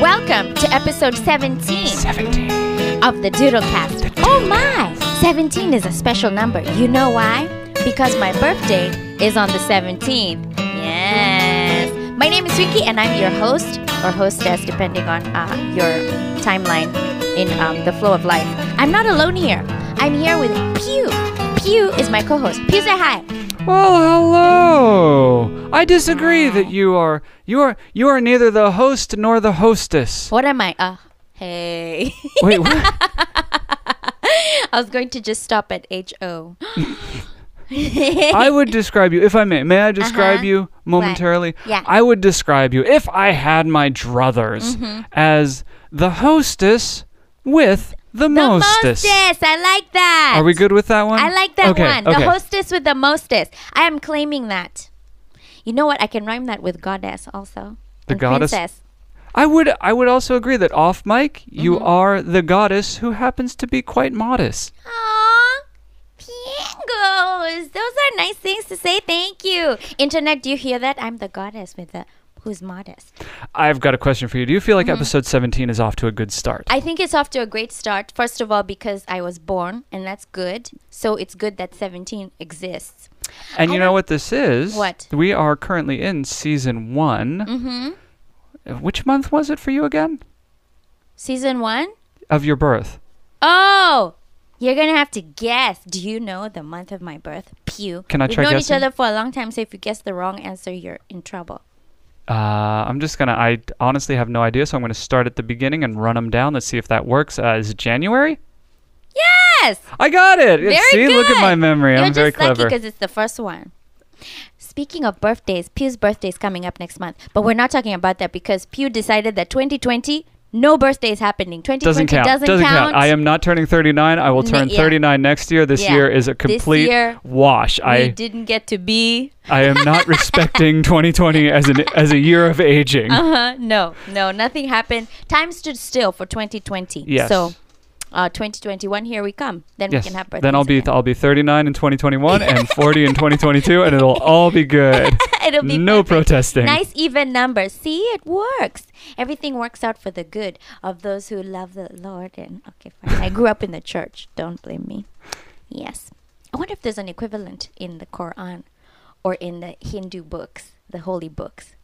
welcome to episode 17 of the Doodlecast. oh my! 17 is a special number. You know why? Because my birthday is on the 17th. Yes. My name is Vicky, and I'm your host or hostess, depending on uh, your timeline in um, the flow of life. I'm not alone here. I'm here with Pew. Pew is my co-host. Pew, say hi. Well, hello. I disagree that you are you are you are neither the host nor the hostess. What am I? Uh, hey. Wait, what? I was going to just stop at H O. I would describe you, if I may. May I describe Uh-huh. you momentarily? Yeah. I would describe you, if I had my druthers, Mm-hmm. as the hostess with the, The mostess. mostest. I like that. Are we good with that one? I like that okay, one. Okay. The hostess with the mostest. I am claiming that. You know what? I can rhyme that with goddess also. The And goddess? Princess. I would I would also agree that off mic you Mm-hmm. are the goddess who happens to be quite modest. Aw, pingos. Those are nice things to say. Thank you. Internet, do you hear that? I'm the goddess with the who's modest. I've got a question for you. Do you feel like Mm-hmm. episode 17 is off to a good start? I think it's off to a great start. First of all, because I was born, and that's good. So it's good that 17 exists. And I you know don't- what this is? What? We are currently in season one. Mm-hmm. Which month was it for you again? Season one? Of your birth. Oh, you're gonna have to guess. Do you know the month of my birth? Pew. Can I We've try known guessing? each other for a long time, so if you guess the wrong answer, you're in trouble. Uh, I'm just gonna. I honestly have no idea, so I'm gonna start at the beginning and run them down. Let's see if that works. Uh, is it January? Yes. I got it. Very see, good. look at my memory. You're I'm very just lucky clever. because it's the first one. Speaking of birthdays, Pew's birthday is coming up next month, but we're not talking about that because Pew decided that 2020 no birthday is happening. 2020 doesn't count. count. I am not turning 39. I will N- turn yeah. 39 next year. This Yeah. year is a This complete year, wash. We I didn't get to be. I am not respecting 2020 as an as a year of aging. Uh-huh. No, no, nothing happened. Time stood still for 2020. Yes. So, uh, 2021, here we come. Then Yes. we can have birthdays. Then I'll be again. I'll be 39 in 2021 and 40 in 2022, and it'll all be good. It'll be no perfect. protesting. Nice even numbers. See, it works. Everything works out for the good of those who love the Lord. And okay, fine. I grew up in the church. Don't blame me. Yes. I wonder if there's an equivalent in the Quran or in the Hindu books, the holy books.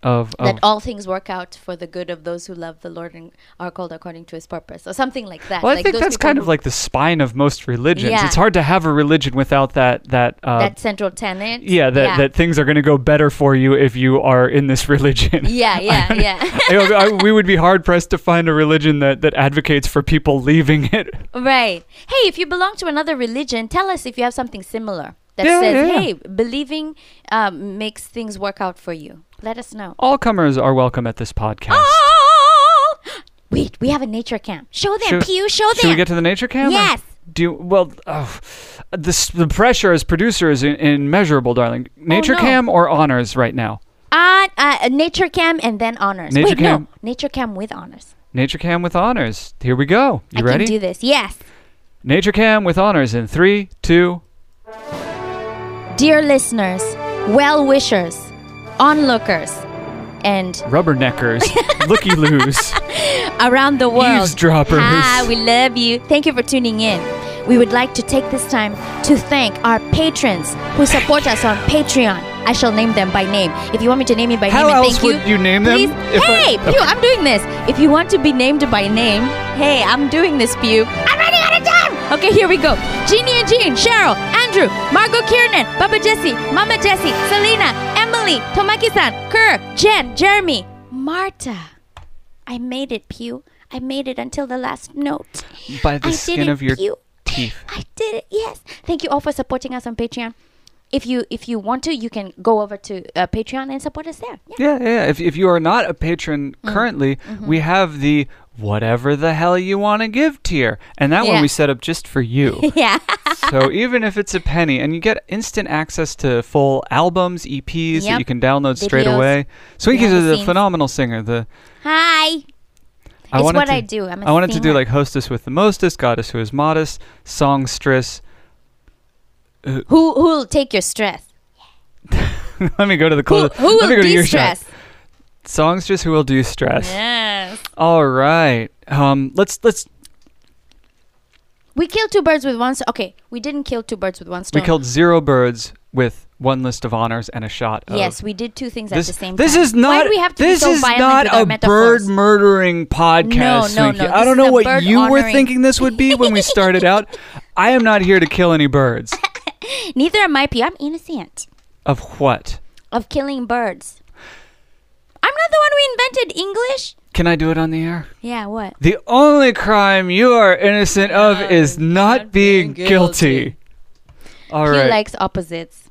Of, of that all things work out for the good of those who love the Lord and are called according to His purpose, or something like that. well, I like think those that's people kind of who- like the spine of most religions. Yeah. It's hard to have a religion without that that. Uh, that central tenet. yeah, that, that things are going to go better for you if you are in this religion. Yeah, yeah, yeah. I- I- we would be hard pressed to find a religion that, that advocates for people leaving it. right. Hey, if you belong to another religion, tell us if you have something similar that Yeah, says, yeah, yeah. "Hey, believing um, makes things work out for you." Let us know. All comers are welcome at this podcast. Oh, Wait, we have a nature camp. Show them, Should- Pew. Show Should them. we get to the nature camp? or Yes. Do you- well. Oh, this, the pressure as producer is in, immeasurable, darling. Nature Oh, no. cam or honors right now? uh, uh, nature camp and then honors. Nature Wait, camp. no, nature camp with honors. Nature cam with honors. Here we go. You I ready? can do this. Yes. Nature cam with honors in three, two. Dear listeners, well wishers, onlookers, and Rubberneckers, looky loos. around the world. Eavesdroppers. Ah, we love you. Thank you for tuning in. We would like to take this time to thank our patrons who support us on Patreon. I shall name them by name. If you want me to name you by How name, and else thank would you name them please- if I- hey, Pew, I'm doing this. If you want to be named by name, hey, I'm doing this, Pew. I'm running out of time. Okay, here we go. Jeannie and Jean, Cheryl, Andrew, Margot Kiernan, Baba Jesse, Mama Jesse, Selena, Emily, Tomaki-san, Kerr, Jen, Jeremy, Marta. I made it, Pew. I made it until the last note. By the I did skin it, of your Pew. teeth. I did it. Yes. Thank you all for supporting us on Patreon. If you if you want to, you can go over to uh, Patreon and support us there. Yeah. Yeah, yeah. yeah. If, if you are not a patron Mm. currently, Mm-hmm. we have the whatever the hell you want to give tier. And that Yeah. one we set up just for you. Yeah. so even if it's a penny, and you get instant access to full albums, EPs that Yep. you can download straight Videos. away. Swinkies Behind is the the scenes. phenomenal singer. The Hi. I It's wanted what to, I do. I'm a I wanted to do singer. like hostess with the mostest, goddess who is modest, songstress. Who who'll take your stress? Let me go to the Who close. who Let will me go to your shot. de-stress? Songstress who will do stress. Yes. Yes. All right. Um, let's let's We killed two birds with one stone. Okay, we didn't kill two birds with one stone. we killed zero birds with one list of honors and a shot. Of Yes, we did two things oh. This, at the same this time. is not. Why do we have to this be so is violent not with a our metaphors? bird murdering podcast. No, no, Swinky. no, I this don't is know a what bird you were honoring. thinking this would be when we started out. I am not here to kill any birds. Neither am I. P. I'm innocent Of what? of killing birds. I'm not the one who invented English. Can I do it on the air? Yeah. What? The only crime you are innocent of is not, being being guilty. guilty. All he right, likes opposites.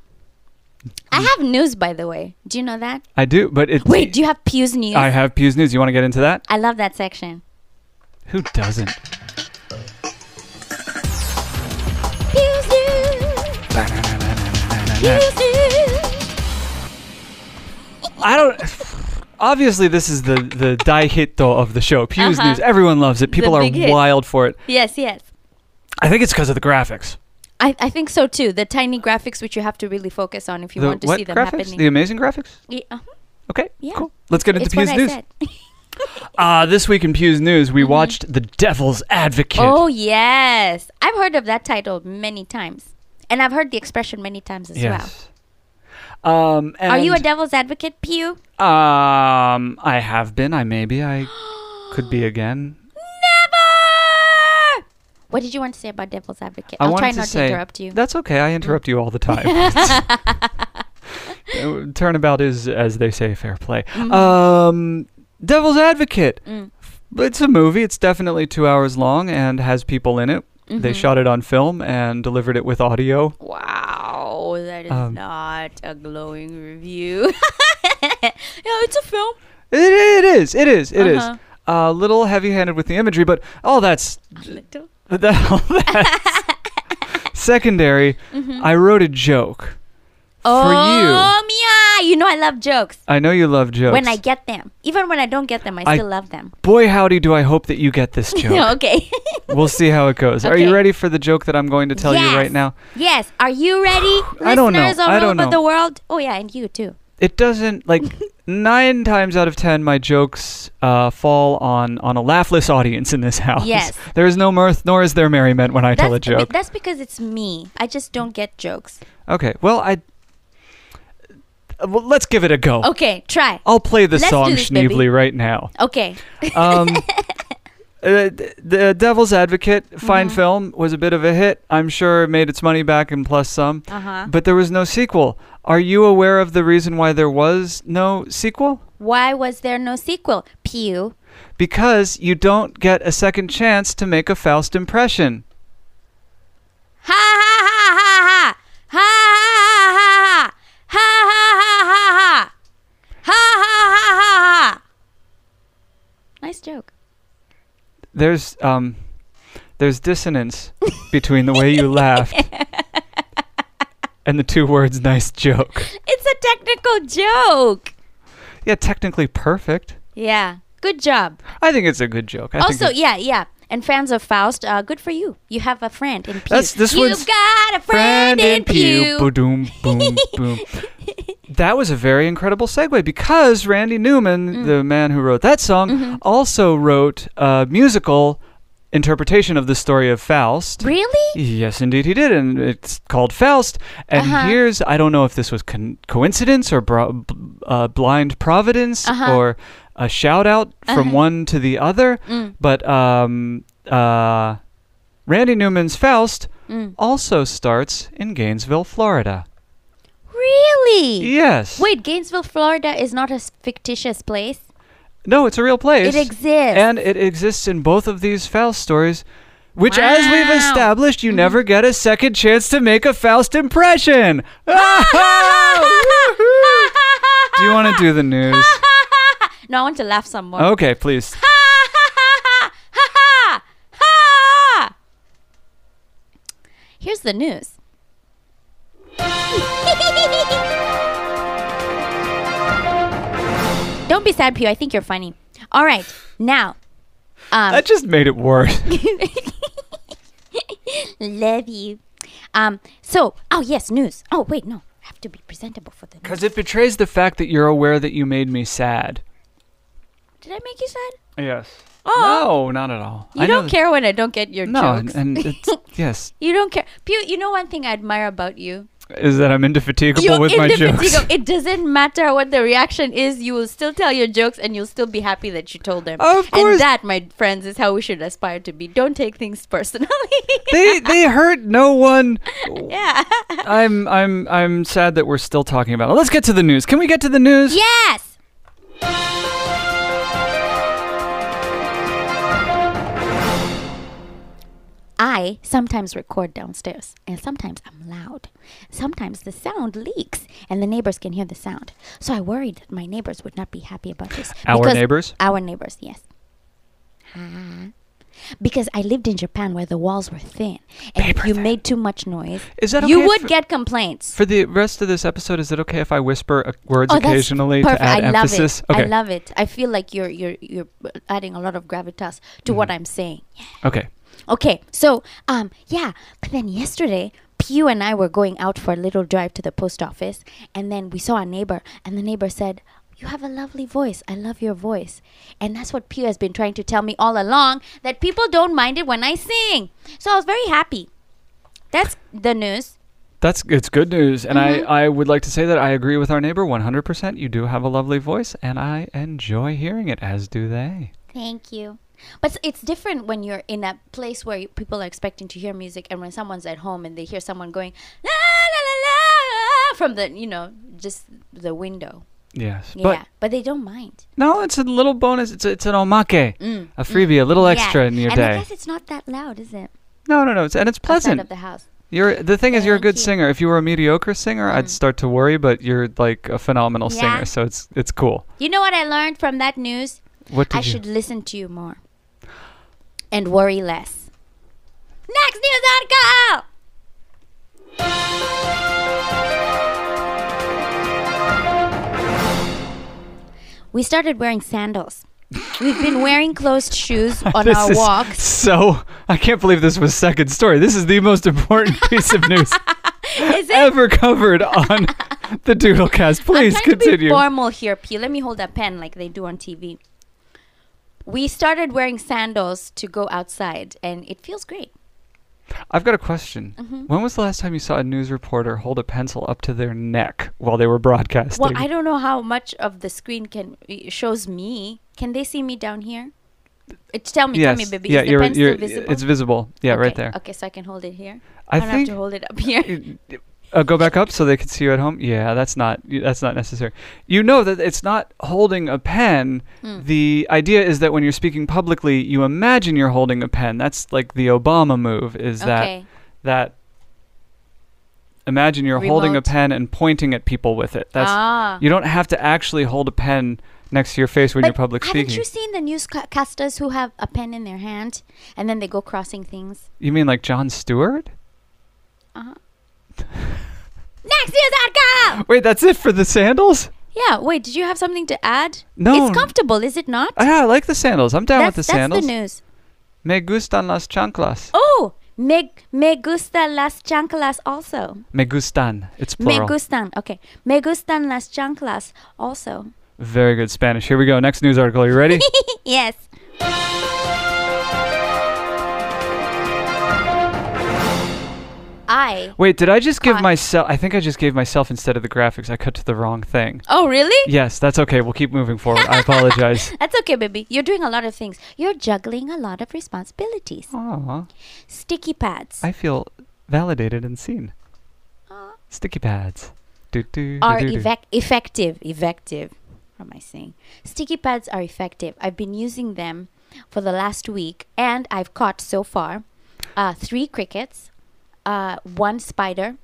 I have news, by the way. Do you know that? I do, but it. Wait, do you have Pew's news? I have Pew's news. You want to get into that? I love that section. Who doesn't? Pew's news. Pew's news. I don't. Obviously, this is the the daihito of the show. Pew's Uh-huh. news. Everyone loves it. People The are big hit. wild for it. Yes, yes. I think it's because of the graphics. I, I think so too. The tiny graphics which you have to really focus on if you the want to what see them graphics? happening. The amazing graphics. Yeah, uh-huh. Okay. Yeah. Cool. Let's get into It's what Pew's I news. said. Mm-hmm. Uh, this week in Pew's news, we watched The Devil's Advocate. Oh yes, I've heard of that title many times, and I've heard the expression many times as well. yes. Um, and Are you a devil's advocate, Pew? Um, I have been. I maybe I could be again. Never. What did you want to say about devil's advocate? I will wanted try not to, say, interrupt you. That's okay. I interrupt you all the time. Uh, Turnabout is, as they say, fair play. Mm. Um, Devil's Advocate. It's a movie. It's definitely two hours long and has people in it. Mm-hmm. They shot it on film and delivered it with audio. wow, that is Um, not a glowing review. yeah, it's a film. It, it is. It is. It is. Uh-huh. A little heavy-handed with the imagery, but all that's Little. that, all that's secondary. Mm-hmm. I wrote a joke. For you. Oh, yeah. You know I love jokes. I know you love jokes. When I get them, even when I don't get them, I I- still love them. Boy, howdy, do I hope that you get this joke. okay. We'll see how it goes. Are you Okay. ready for the joke that I'm going to tell Yes. you right now? Yes. Are you ready, I don't know. listeners all I don't over know. the world? Oh yeah, and you too. It doesn't like nine times out of ten my jokes uh, fall on on a laughless audience in this house. Yes. There is no mirth, nor is there merriment when I tell a That's- joke. That's because it's me. I just don't get jokes. okay. Well, I. uh, Well, let's give it a go. Okay, try. I'll play the Let's song do this, baby. Schneebly right now. Okay. Um, uh, th- the Devil's Advocate, Mm-hmm. fine film, was a bit of a hit. I'm sure it made its money back and plus some. Uh-huh. But there was no sequel. Are you aware of the reason why there was no sequel? Why was there no sequel? Pew. Because you don't get a second chance to make a Faust impression. Ha ha ha ha ha ha ha ha ha ha ha ha ha ha ha ha ha. Nice joke. There's um, there's dissonance between the way you laughed and the two words "nice joke." It's a technical joke. Yeah, technically perfect. Yeah. Good job. I think it's a good joke. I think also, it's- yeah, yeah. And fans of Faust, uh, good for you. You have a friend in Pew. That's- this you one's- got a friend, in Pew. Boom, boom, boom. That was a very incredible segue because Randy Newman, Mm. the man who wrote that song, Mm-hmm. also wrote a musical interpretation of the story of Faust. Really? Yes, indeed, he did, and it's called Faust. And Uh-huh. here's I don't know if this was con- coincidence or bro- b- uh, blind providence Uh-huh. or a shout out from one to the other, Mm. but um, uh, Randy Newman's Faust Mm. also starts in Gainesville, Florida. Really? Yes. Wait, Gainesville, Florida is not a s- fictitious place. No, it's a real place. It exists. And it exists in both of these Faust stories, which, as we've Wow. Mm-hmm. established, you never get a second chance to make a Faust impression. do you want to do the news? Oh, No, I want to laugh some more. Okay, please. Here's the news. Don't be sad, Pew. I think you're funny. All right, now. Um, That just made it worse. Love you. Um, so, oh, yes, news. Oh, wait, no. I have to be presentable for the news. Because it betrays the fact that you're aware that you made me sad. Did I make you sad? Yes. Oh, No, not at all. you I know don't care when I don't get your No, jokes. and, and it's, yes, you don't care. Pew, you know one thing I admire about you? is that I'm indefatigable You're with my jokes. indefatigable. It doesn't matter what the reaction is, you will still tell your jokes and you'll still be happy that you told them. Of course. And that, my friends, is how we should aspire to be. Don't take things personally. they they hurt no one. yeah. I'm I'm I'm sad that we're still talking about it. Let's get to the news. Can we get to the news? Yes. I sometimes record downstairs, and sometimes I'm loud. Sometimes the sound leaks, and the neighbors can hear the sound. So I worried that my neighbors would not be happy about this. Our because- neighbors? Our neighbors, yes. Ah. Because I lived in Japan where the walls were thin, and if you made too much noise, Is that you okay would for- get complaints. For the rest of this episode, is it okay if I whisper uh, words Oh, that's occasionally to perfect. add I emphasis? Love it. Okay. I love it. I feel like you're you're you're adding a lot of gravitas to what Mm-hmm. I'm saying. okay. Okay, so um yeah, but then yesterday Pew and I were going out for a little drive to the post office, and then we saw a neighbor, and the neighbor said. You have a lovely voice. I love your voice. And that's what Pew has been trying to tell me all along that people don't mind it when I sing. So I was very happy. That's the news. That's it's good news, and Mm-hmm. I, I would like to say that I agree with our neighbor 100%. You do have a lovely voice, and I enjoy hearing it, as do they. Thank you. But s- it's different when you're in a place where you- people are expecting to hear music, and when someone's at home and they hear someone going la la la la from the you know just the window. Yes, Yeah, but but, they don't mind. no, it's a little bonus. It's it's an omake, Mm, a freebie, a little extra yeah. in your and I day. guess it's not that loud, is it? No, no, no, it's, and it's Outside pleasant. of the house. You're the thing is you're a Thank good you. Mm. singer. If you were a mediocre singer, I'd start to worry, but you're like a phenomenal Yeah. singer, so it's it's cool. You know what I learned from that news? What did I you should listen to you more and worry less. Next news article. We started wearing sandals. We've been wearing closed shoes on This our is walks. So I can't believe this was second story. This is the most important piece of news Is it? ever covered on the Doodlecast. Please I'm trying to be continue. formal here, P. Let me hold that pen like they do on TV. We started wearing sandals to go outside, and it feels great. I've got a question. Mm-hmm. When was the last time you saw a news reporter hold a pencil up to their neck while they were broadcasting? Well, I don't know how much of the screen can it shows me. Can they see me down here? It's tell me, tell yes. me, baby. yeah, is the you're, pen you're, still visible? it's visible. Yeah, okay. right there. Okay, so I can hold it here. I I, don't think- have to hold it up here. Uh, go back up so they can see you at home. Yeah, that's not that's not necessary. You know that it's not holding a pen. Mm. Hmm, The idea is that when you're speaking publicly, you imagine you're holding a pen. That's like the Obama move. Is Okay. that that imagine you're holding Remote. a pen and pointing at people with it. That's ah. you don't have to actually hold a pen next to your face when But you're public haven't speaking. you seen the newscasters who have a pen in their hand and then they go crossing things? you mean like John Stewart? Next news article. Wait, that's it for the sandals? Yeah. Wait. Did you have something to add? No. It's comfortable, is it not? Ah, Yeah, I like the sandals. I'm down that's, with the that's sandals. the news. Me gustan las chanclas. Oh, me, me gusta las chanclas also. Me gustan. It's Me plural. gustan. Okay. Me gustan las chanclas also. Very good Spanish. Here we go. Next news article. Are you ready? yes. I. Wait, did I just give Caught. myself? I think I just gave myself instead of the graphics. I cut to the wrong thing. Oh, really? Yes, that's okay. We'll keep moving forward. I apologize. That's okay, baby. You're doing a lot of things. You're juggling a lot of responsibilities. Aw, Sticky pads I feel validated and seen. Sticky pads. Do, do, do, Uh. are do, do. effec- effective. Effective. What am I saying? Sticky pads are effective. I've been using them for the last week, and I've caught so far uh, three crickets, uh, one spider.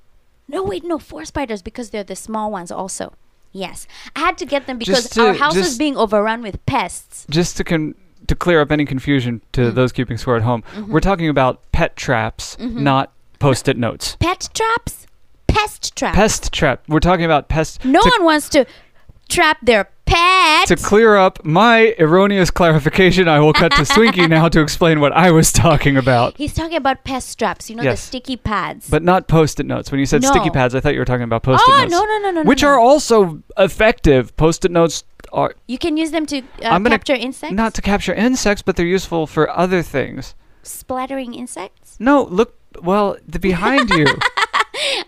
No, wait, no, four spiders because they're the small ones also. Yes, I had to get them because Just to- our house was just- being overrun with pests. Just to con- to clear up any confusion to Mm. those keeping score at home, Mm-hmm. we're talking about pet traps, not post-it notes. Pet traps, pest traps. Pest trap. We're talking about pest. no to one wants to trap their pet. to clear up my erroneous clarification, I will cut to Swinky now to explain what I was talking about. He's talking about pest traps. You know Yes. the sticky pads. But not post-it notes. When you said sticky No. pads, I thought you were talking about post-it Oh, notes. no, no, no, no, no, Which no. are also effective. Post-it notes are You can use them to uh, I'm gonna- capture insects. not to capture insects, but they're useful for other things. splattering insects. No, look, well, the behind you.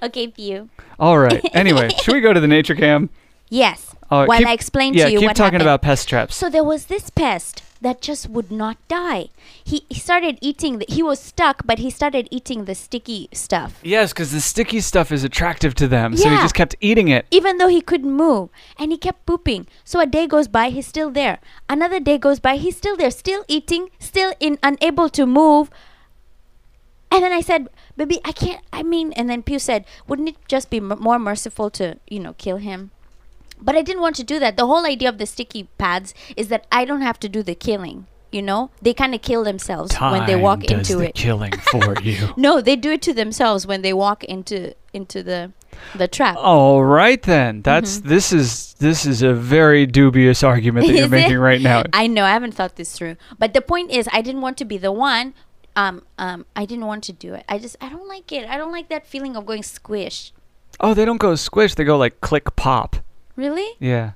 Okay, view. All right. Anyway, should we go to the nature cam? Yes. All right, While Oh, keep- I explain yeah, to you keep what talking happened. about pest traps. So there was this pest that just would not die. He, he started eating. The, he was stuck, but he started eating the sticky stuff, Yes, because the sticky stuff is attractive to them, so he Yeah. just kept eating it. even though he couldn't move, and he kept pooping. So a day goes by, he's still there. Another day goes by, he's still there, still eating, still in unable to move. And then I said, "Baby, I can't. I mean." And then Pew said, "Wouldn't it just be m- more merciful to you know kill him?" But I didn't want to do that. The whole idea of the sticky pads is that I don't have to do the killing. You know, they kind of kill themselves when they walk into it. killing for you. no, they do it to themselves when they walk into into the the trap. All right Mm-hmm. then. That's this is this is a very dubious argument that you're Is making it? right now. I know I haven't thought this through, but the point is, I didn't want to be the one. Um, um, I didn't want to do it. I just I don't like it. I don't like that feeling of going squish. Oh, they don't go squish. They go like click pop. Really? Yeah.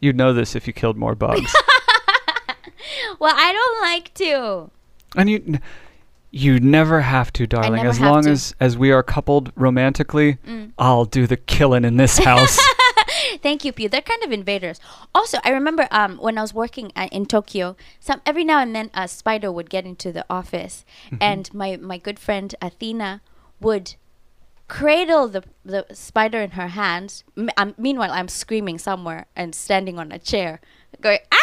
You'd know this if you killed more bugs. Well, I don't like to. and you you never have to, darling. never as have long to. Mm. as as we are coupled romantically, I'll do the killing in this house. Thank you, Pew. They're kind of invaders. Also, I remember um, when I was working uh, in Tokyo, some every now and then a spider would get into the office, and my my good friend Athena would cradle the the spider in her hands. M- um, meanwhile, I'm screaming somewhere and standing on a chair, going ah!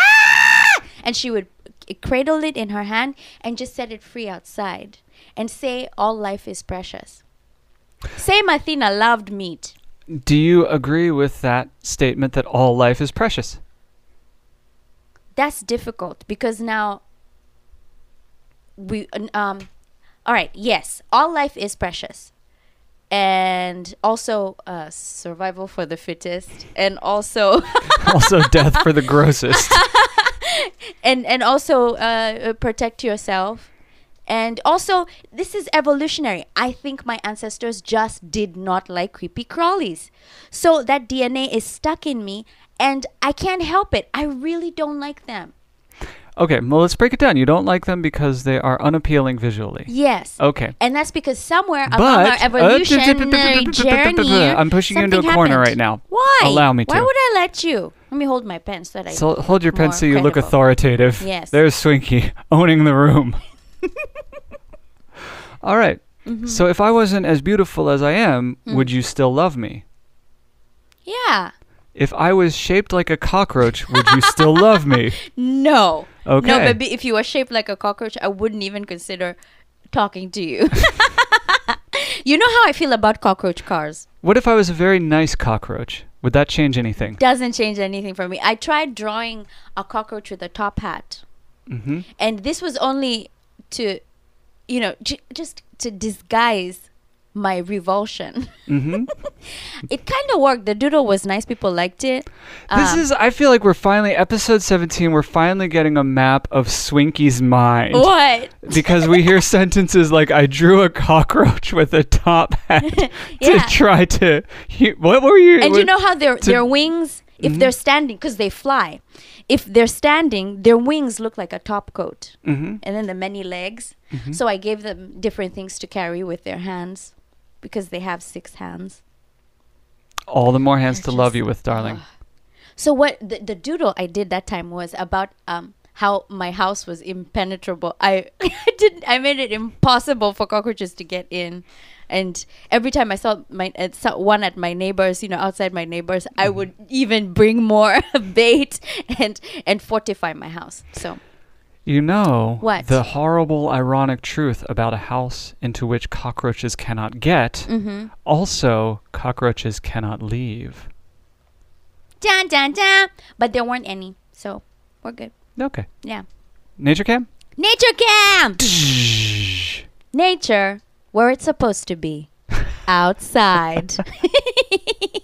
And she would c- cradle it in her hand and just set it free outside, and say all life is precious. Same Athena loved meat. do you agree with that statement that all life is precious? that's difficult because now we um all right yes all life is precious and also uh, survival for the fittest and also also death for the grossest. and and also uh, protect yourself and also this is evolutionary i think my ancestors just did not like creepy crawlies so that dna is stuck in me and i can't help it i really don't like them Okay, well, let's break it down. You don't like them because they are unappealing visually. yes Okay. And that's because somewhere along our But uh, evolutionary journey, I'm pushing you into a something corner happened. right now. Why? Allow me to. Why would I let you? Let me hold my pen so that I. so hold your pen more so you look credible. authoritative. Yes. There's Swinky owning the room. All right. Mm-hmm. So if I wasn't as beautiful as I am, Mm. would you still love me? yeah. If I was shaped like a cockroach, would you still love me? No. No, Okay. baby. If you were shaped like a cockroach, I wouldn't even consider talking to you. you know how I feel about cockroach cars. What if I was a very nice cockroach? Would that change anything? Doesn't change anything for me. I tried drawing a cockroach with a top hat, Mhm. and this was only to, you know, j- just to disguise my revulsion. Mhm. It kind of worked. The doodle was nice. People liked it. This Um, is. I feel like we're finally episode seventeen. We're finally getting a map of Swinky's mind what? because we hear sentences like "I drew a cockroach with a top hat to Yeah. try to." He, what were you? And what- you know how their their wings, if they're standing, because they fly, if they're standing, their wings look like a top coat, Mhm. and then the many legs. So I gave them different things to carry with their hands, because they have six hands. all the more hands to love just- you with, darling. So what the, the doodle I did that time was about um how my house was impenetrable. I I didn't I made it impossible for cockroaches to get in. And every time I saw my uh, saw one at my neighbors, you know, outside my neighbors, I would even bring more bait and and fortify my house. So You know What? the horrible, ironic truth about a house into which cockroaches cannot get. Also, cockroaches cannot leave. dun dun dun. But there weren't any, so we're good. Okay, Yeah. nature cam. Nature cam. Nature, where it's supposed to be, outside.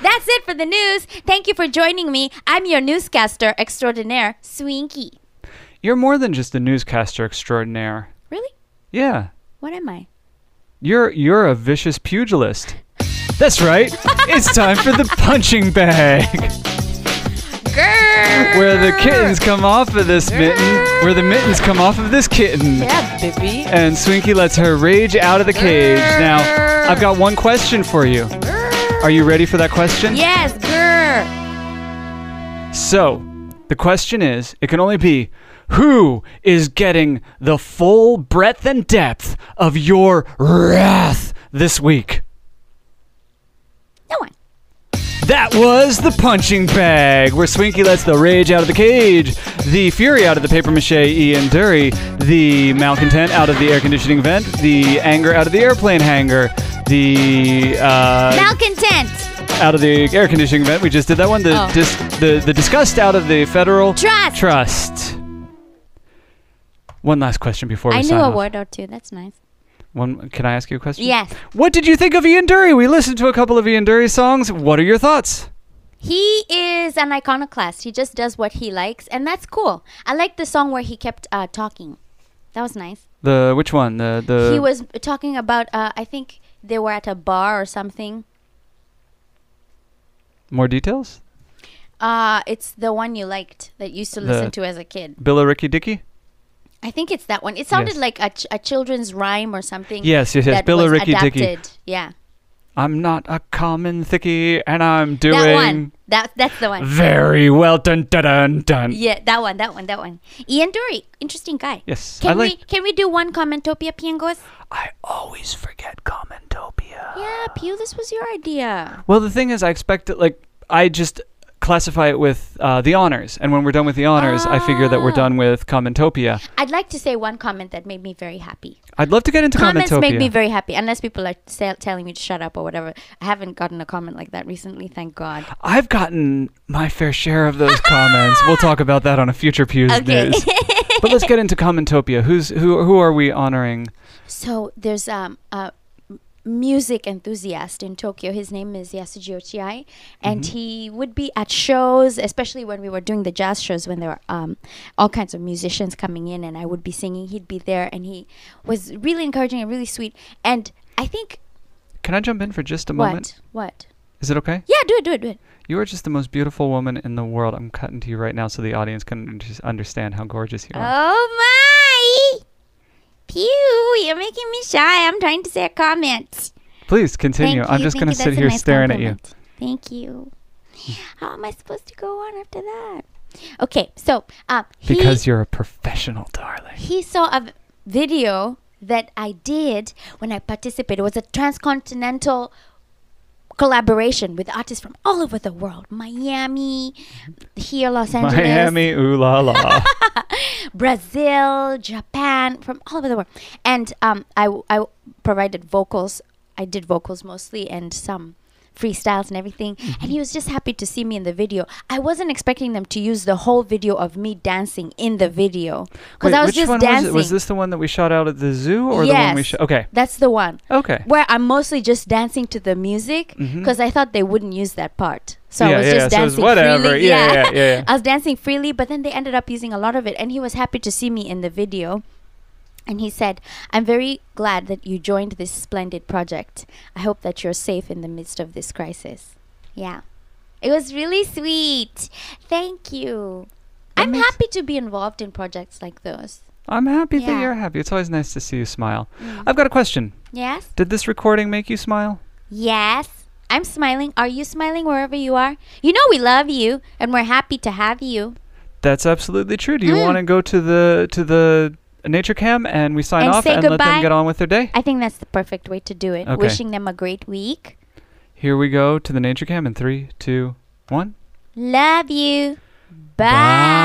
That's it for the news. Thank you for joining me. I'm your newscaster extraordinaire, Swinky. You're more than just a newscaster extraordinaire. Really? Yeah. What am I? You're you're a vicious pugilist. That's right. it's time for the punching bag. Girl, where the kittens come off of this mitten, where the mittens come off of this kitten. Yeah, baby. And Swinky lets her rage out of the cage. Now, I've got one question for you. Are you ready for that question? Yes, grr. So, the question is it can only be who is getting the full breadth and depth of your wrath this week? No one. That was the punching bag, where Swinky lets the rage out of the cage, the fury out of the paper mache Ian Dury, the malcontent out of the air conditioning vent, the anger out of the airplane hangar, the uh, Malcontent. out of the air conditioning vent. We just did that one. The Oh. dis- the the disgust out of the federal Trust. trust. One last question before we I knew sign a off. word or two. That's nice. One, can I ask you a question? Yes. What did you think of Ian Dury? We listened to a couple of Ian Dury songs. What are your thoughts? He is an iconoclast. He just does what he likes, and that's cool. I like the song where he kept uh, talking. That was nice. The which one? The the he was talking about, uh, I think they were at a bar or something. more details. Uh, it's the one you liked that you used to The- listen to as a kid. Bill Ricky Dicky? I think it's that one. It sounded Yes. like a, ch- a children's rhyme or something. Yes, yes, yes. that Bill was Ricky Dicky. adapted. Yeah, I'm not a common thicky, and I'm doing that one. That that's the one. very well. Dun dun dun dun. Yeah, that one, that one, that one. Ian Dury, interesting guy. Yes, Can I like. we can we do one commentopia, Piangos? I always forget Commentopia. Yeah, Pew, this was your idea. Well, the thing is, I expect it. Like, I just classify it with uh, the honors, and when we're done with the honors, I figure that we're Ah. done with Commentopia. I'd like to say one comment that made me very happy. I'd love to get into Comments Commentopia. make me very happy, unless people are sa- telling me to shut up or whatever. I haven't gotten a comment like that recently, thank God. I've gotten my fair share of those comments. We'll talk about that on a future Pew's Okay. news. but let's get into Commentopia. Who's who? Who are we honoring? So there's um, a m- music enthusiast in Tokyo. His name is Yasuji Ochiai, and he would be at shows, especially when we were doing the jazz shows when there were um, all kinds of musicians coming in, and I would be singing. He'd be there, and he was really encouraging and really sweet. And I think Can I jump in for just a what moment? what Is it okay? yeah, do it, do it, do it. You are just the most beautiful woman in the world. I'm cutting to you right now so the audience can just understand how gorgeous you are. Oh my! Pew, you're making me shy. I'm trying to say a comment. Please continue. Thank I'm you, just thank going you. to sit That's a here nice staring at compliment. Thank you. How am I supposed to go on after that? Okay, so um, you he, because you're a professional, darling. he saw a v- video that I did when I participated. It was a transcontinental collaboration with artists from all over the world Miami, here, Los Angeles, Miami, ooh la la. Brazil, Japan, from all over the world. And um, I, I provided vocals. I did vocals mostly and some freestyles and everything. Mm-hmm. And he was just happy to see me in the video. I wasn't expecting them to use the whole video of me dancing in the video because Wait, I was which just one dancing. was it? Was this the one that we shot out at the zoo or the one we Yes. shot? Okay. That's the one Okay. where I'm mostly just dancing to the music because I thought they wouldn't use that part. So Mm-hmm. Yeah, I was yeah, just so it was dancing whatever. freely. Yeah, yeah, yeah, yeah. I was dancing freely, but then they ended up using a lot of it, and he was happy to see me in the video. And he said, I'm very glad that you joined this splendid project. I hope that you're safe in the midst of this crisis. Yeah. It was really sweet. Thank you. I'm makes- happy to be involved in projects like those. I'm happy that Yeah. Mm. you're happy. It's always nice to see you smile. I've got a question. Yes? Did this recording make you smile? Yes. I'm smiling. Are you smiling wherever you are? You know we love you and we're happy to have you. That's absolutely true. Do you Mm. want to go to the to the nature cam and we sign And off say and let them goodbye? get on with their day? I think that's the perfect way to do it. Okay. Wishing them a great week. Here we go to the nature cam in three, two, one. Love you. Bye.